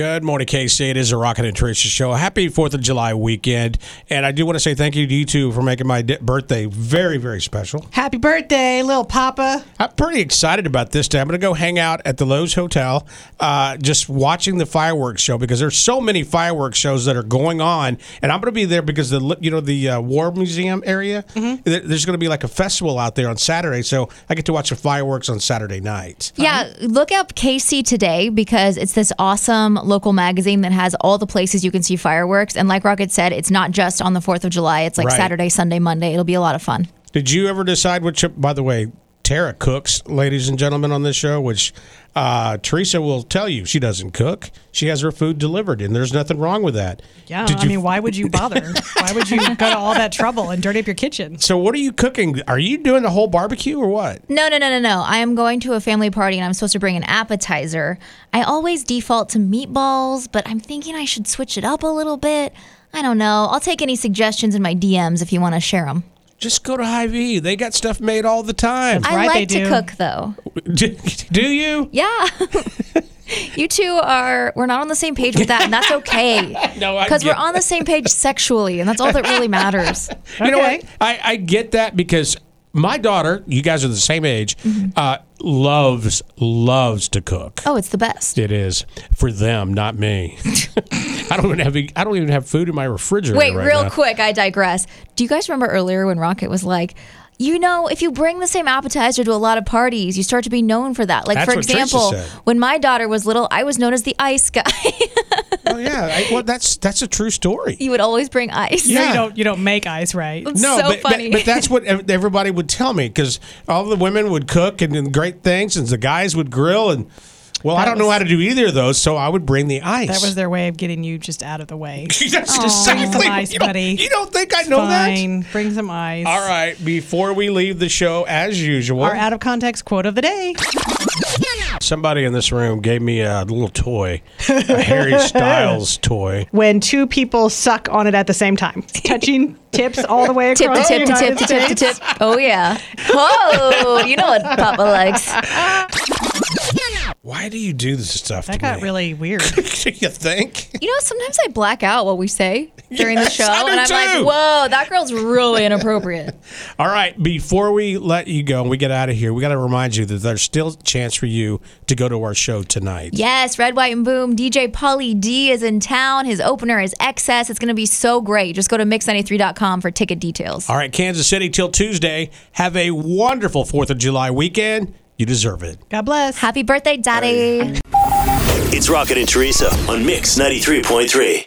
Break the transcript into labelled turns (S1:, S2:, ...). S1: Good morning, KC. It is a Rocket and Tricia show. Happy 4th of July weekend. And I do want to say thank you to you two for making my di- birthday very, very special.
S2: Happy birthday, little papa.
S1: I'm pretty excited about this day. I'm going to go hang out at the Lowe's Hotel, uh, just watching the fireworks show because there's so many fireworks shows that are going on, and I'm going to be there because the you know the uh, War Museum area. there- There's going to be like a festival out there on Saturday, so I get to watch the fireworks on Saturday night.
S3: Yeah, look up KC today because it's this awesome local magazine that has all the places you can see fireworks. And like Rocket said, it's not just on the 4th of July, it's like
S1: Right.
S3: Saturday, Sunday, Monday. It'll be a lot of fun.
S1: Did you ever decide which? By the way, Tara cooks, ladies and gentlemen, on this show, which uh, Teresa will tell you she doesn't cook. She has her food delivered, and there's nothing wrong with that.
S2: Yeah,
S1: Did
S2: I
S1: you-
S2: mean, why would you bother? why would you go to all that trouble and dirty up your kitchen?
S1: So, what are you cooking? Are you doing the whole barbecue or what?
S3: No, no, no, no, no. I am going to a family party and I'm supposed to bring an appetizer. I always default to meatballs, but I'm thinking I should switch it up a little bit. I don't know. I'll take any suggestions in my DMs if you want to share them.
S1: Just go to Hy-Vee. They got stuff made all the time.
S3: I
S2: Right, they
S3: like to
S2: do.
S3: cook though.
S1: Do, do you?
S3: Yeah. you two are we're not on the same page with that and that's okay.
S1: No, I
S3: Cuz we're
S1: get-
S3: on the same page sexually and that's all that really matters.
S1: You know
S2: Okay.
S1: what? I, I get that because my daughter, you guys are the same age,
S2: Mm-hmm.
S1: uh, loves loves to cook.
S3: Oh, it's the best.
S1: It is for them, not me. I don't even have I don't even have food in my refrigerator.
S3: Wait,
S1: right
S3: real
S1: now.
S3: quick, I digress. Do you guys remember earlier when Rocket was like you know, if you bring the same appetizer to a lot of parties, you start to be known for that. Like,
S1: That's
S3: for
S1: what Tricia
S3: example,
S1: said.
S3: when my daughter was little, I was known as the ice guy.
S1: Oh yeah, I, well that's that's a true story.
S3: you would always bring ice.
S1: Yeah.
S2: You don't you don't make ice, right?
S3: so
S1: but, but-
S3: funny.
S1: But, that's what ev- everybody would tell me because all the women would cook and, and great things, and the guys would grill. And well, I
S2: That
S1: don't know
S2: was-
S1: how to do either of those, so I would bring the ice.
S2: That was their way of getting you just out of the way.
S1: That's exactly.
S2: ice,
S1: you, don't,
S2: buddy.
S1: you don't think I know that?
S2: Fine, bring some ice.
S1: All right. Before we leave the show, as usual,
S2: Our out of context quote of the day.
S1: somebody in this room gave me a little toy, a Harry Styles toy.
S2: When two people suck on it at the same time, touching tips all the way
S3: Tip to
S2: across the
S3: tip to tip
S2: United
S3: to tip to
S2: States.
S3: tip. Oh, yeah. Oh, you know what Papa likes.
S1: Why do you do this stuff?
S2: That
S1: to
S2: got
S1: me?
S2: really weird.
S1: you think?
S3: You know, sometimes I black out what we say during
S1: Yes,
S3: the show,
S1: I do
S3: and I'm
S1: too.
S3: like, "Whoa, that girl's really inappropriate."
S1: All right, before we let you go and we get out of here, we got to remind you that there's still a chance for you to go to our show tonight.
S3: yes, Red, White, and Boom. DJ Pauly D is in town. His opener is Excess. It's going to be so great. Just go to mix93.com for ticket details.
S1: All right, Kansas City till Tuesday. Have a wonderful 4th of July weekend. You deserve it.
S2: God bless.
S3: Happy birthday, Daddy.
S4: It's Rocket and Teresa on Mix 93.3.